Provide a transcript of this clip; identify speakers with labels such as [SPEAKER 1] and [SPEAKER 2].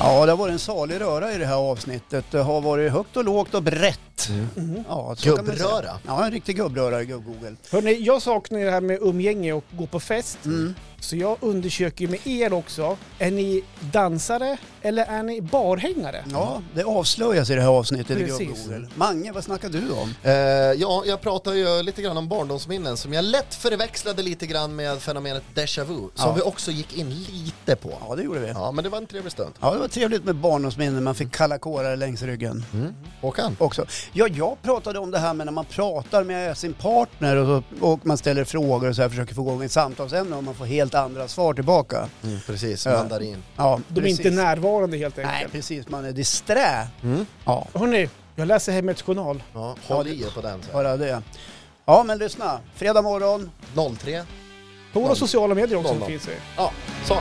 [SPEAKER 1] Ja, det har varit en salig röra i det här avsnittet. Det har varit högt och lågt och brett.
[SPEAKER 2] Mm.
[SPEAKER 1] Ja, så kan man säga.
[SPEAKER 3] Gubbröra.
[SPEAKER 1] Ja, en riktig gubbröra i gubb-Google.
[SPEAKER 2] Hörrni, jag saknar ju det här med umgänge och gå på fest.
[SPEAKER 1] Mm.
[SPEAKER 2] Så jag undersöker ju med er också. Är ni dansare eller är ni barhängare?
[SPEAKER 1] Ja, det avslöjas i det här avsnittet i
[SPEAKER 2] Mm. Precis.
[SPEAKER 1] gubb-Google. Mange, vad snackar du om?
[SPEAKER 3] Eh, ja, jag pratade ju lite grann om barndomsminnen som jag lätt förväxlade lite grann med fenomenet déjà vu, som
[SPEAKER 1] Ja.
[SPEAKER 3] vi också gick in lite på.
[SPEAKER 1] Ja, det gjorde vi.
[SPEAKER 3] Ja, men det var en trevlig stund.
[SPEAKER 1] Ja, det var trevligt med barndomsminnen. Man fick kalla kårar längs ryggen
[SPEAKER 2] Mm.
[SPEAKER 3] Håkan?
[SPEAKER 1] också. Ja, jag pratade om det här med när man pratar med sin partner och, så, och man ställer frågor och så här, försöker få igång ett samtalsämne och man får helt andra svar tillbaka.
[SPEAKER 3] Mm, precis,
[SPEAKER 1] Ja.
[SPEAKER 3] mandarin.
[SPEAKER 1] Ja,
[SPEAKER 2] De är inte närvarande helt
[SPEAKER 1] Nej,
[SPEAKER 2] enkelt.
[SPEAKER 1] precis. Man är disträ.
[SPEAKER 2] Mm.
[SPEAKER 1] Ja,
[SPEAKER 2] Hörrni, jag läser Hemmets Journal.
[SPEAKER 3] Ja, håll i er på den. så.
[SPEAKER 1] bara det. Ja, men lyssna. Fredag morgon,
[SPEAKER 3] 03.
[SPEAKER 2] På våra sociala medier också
[SPEAKER 3] Noll, noll.
[SPEAKER 2] finns det.
[SPEAKER 3] Ja, så.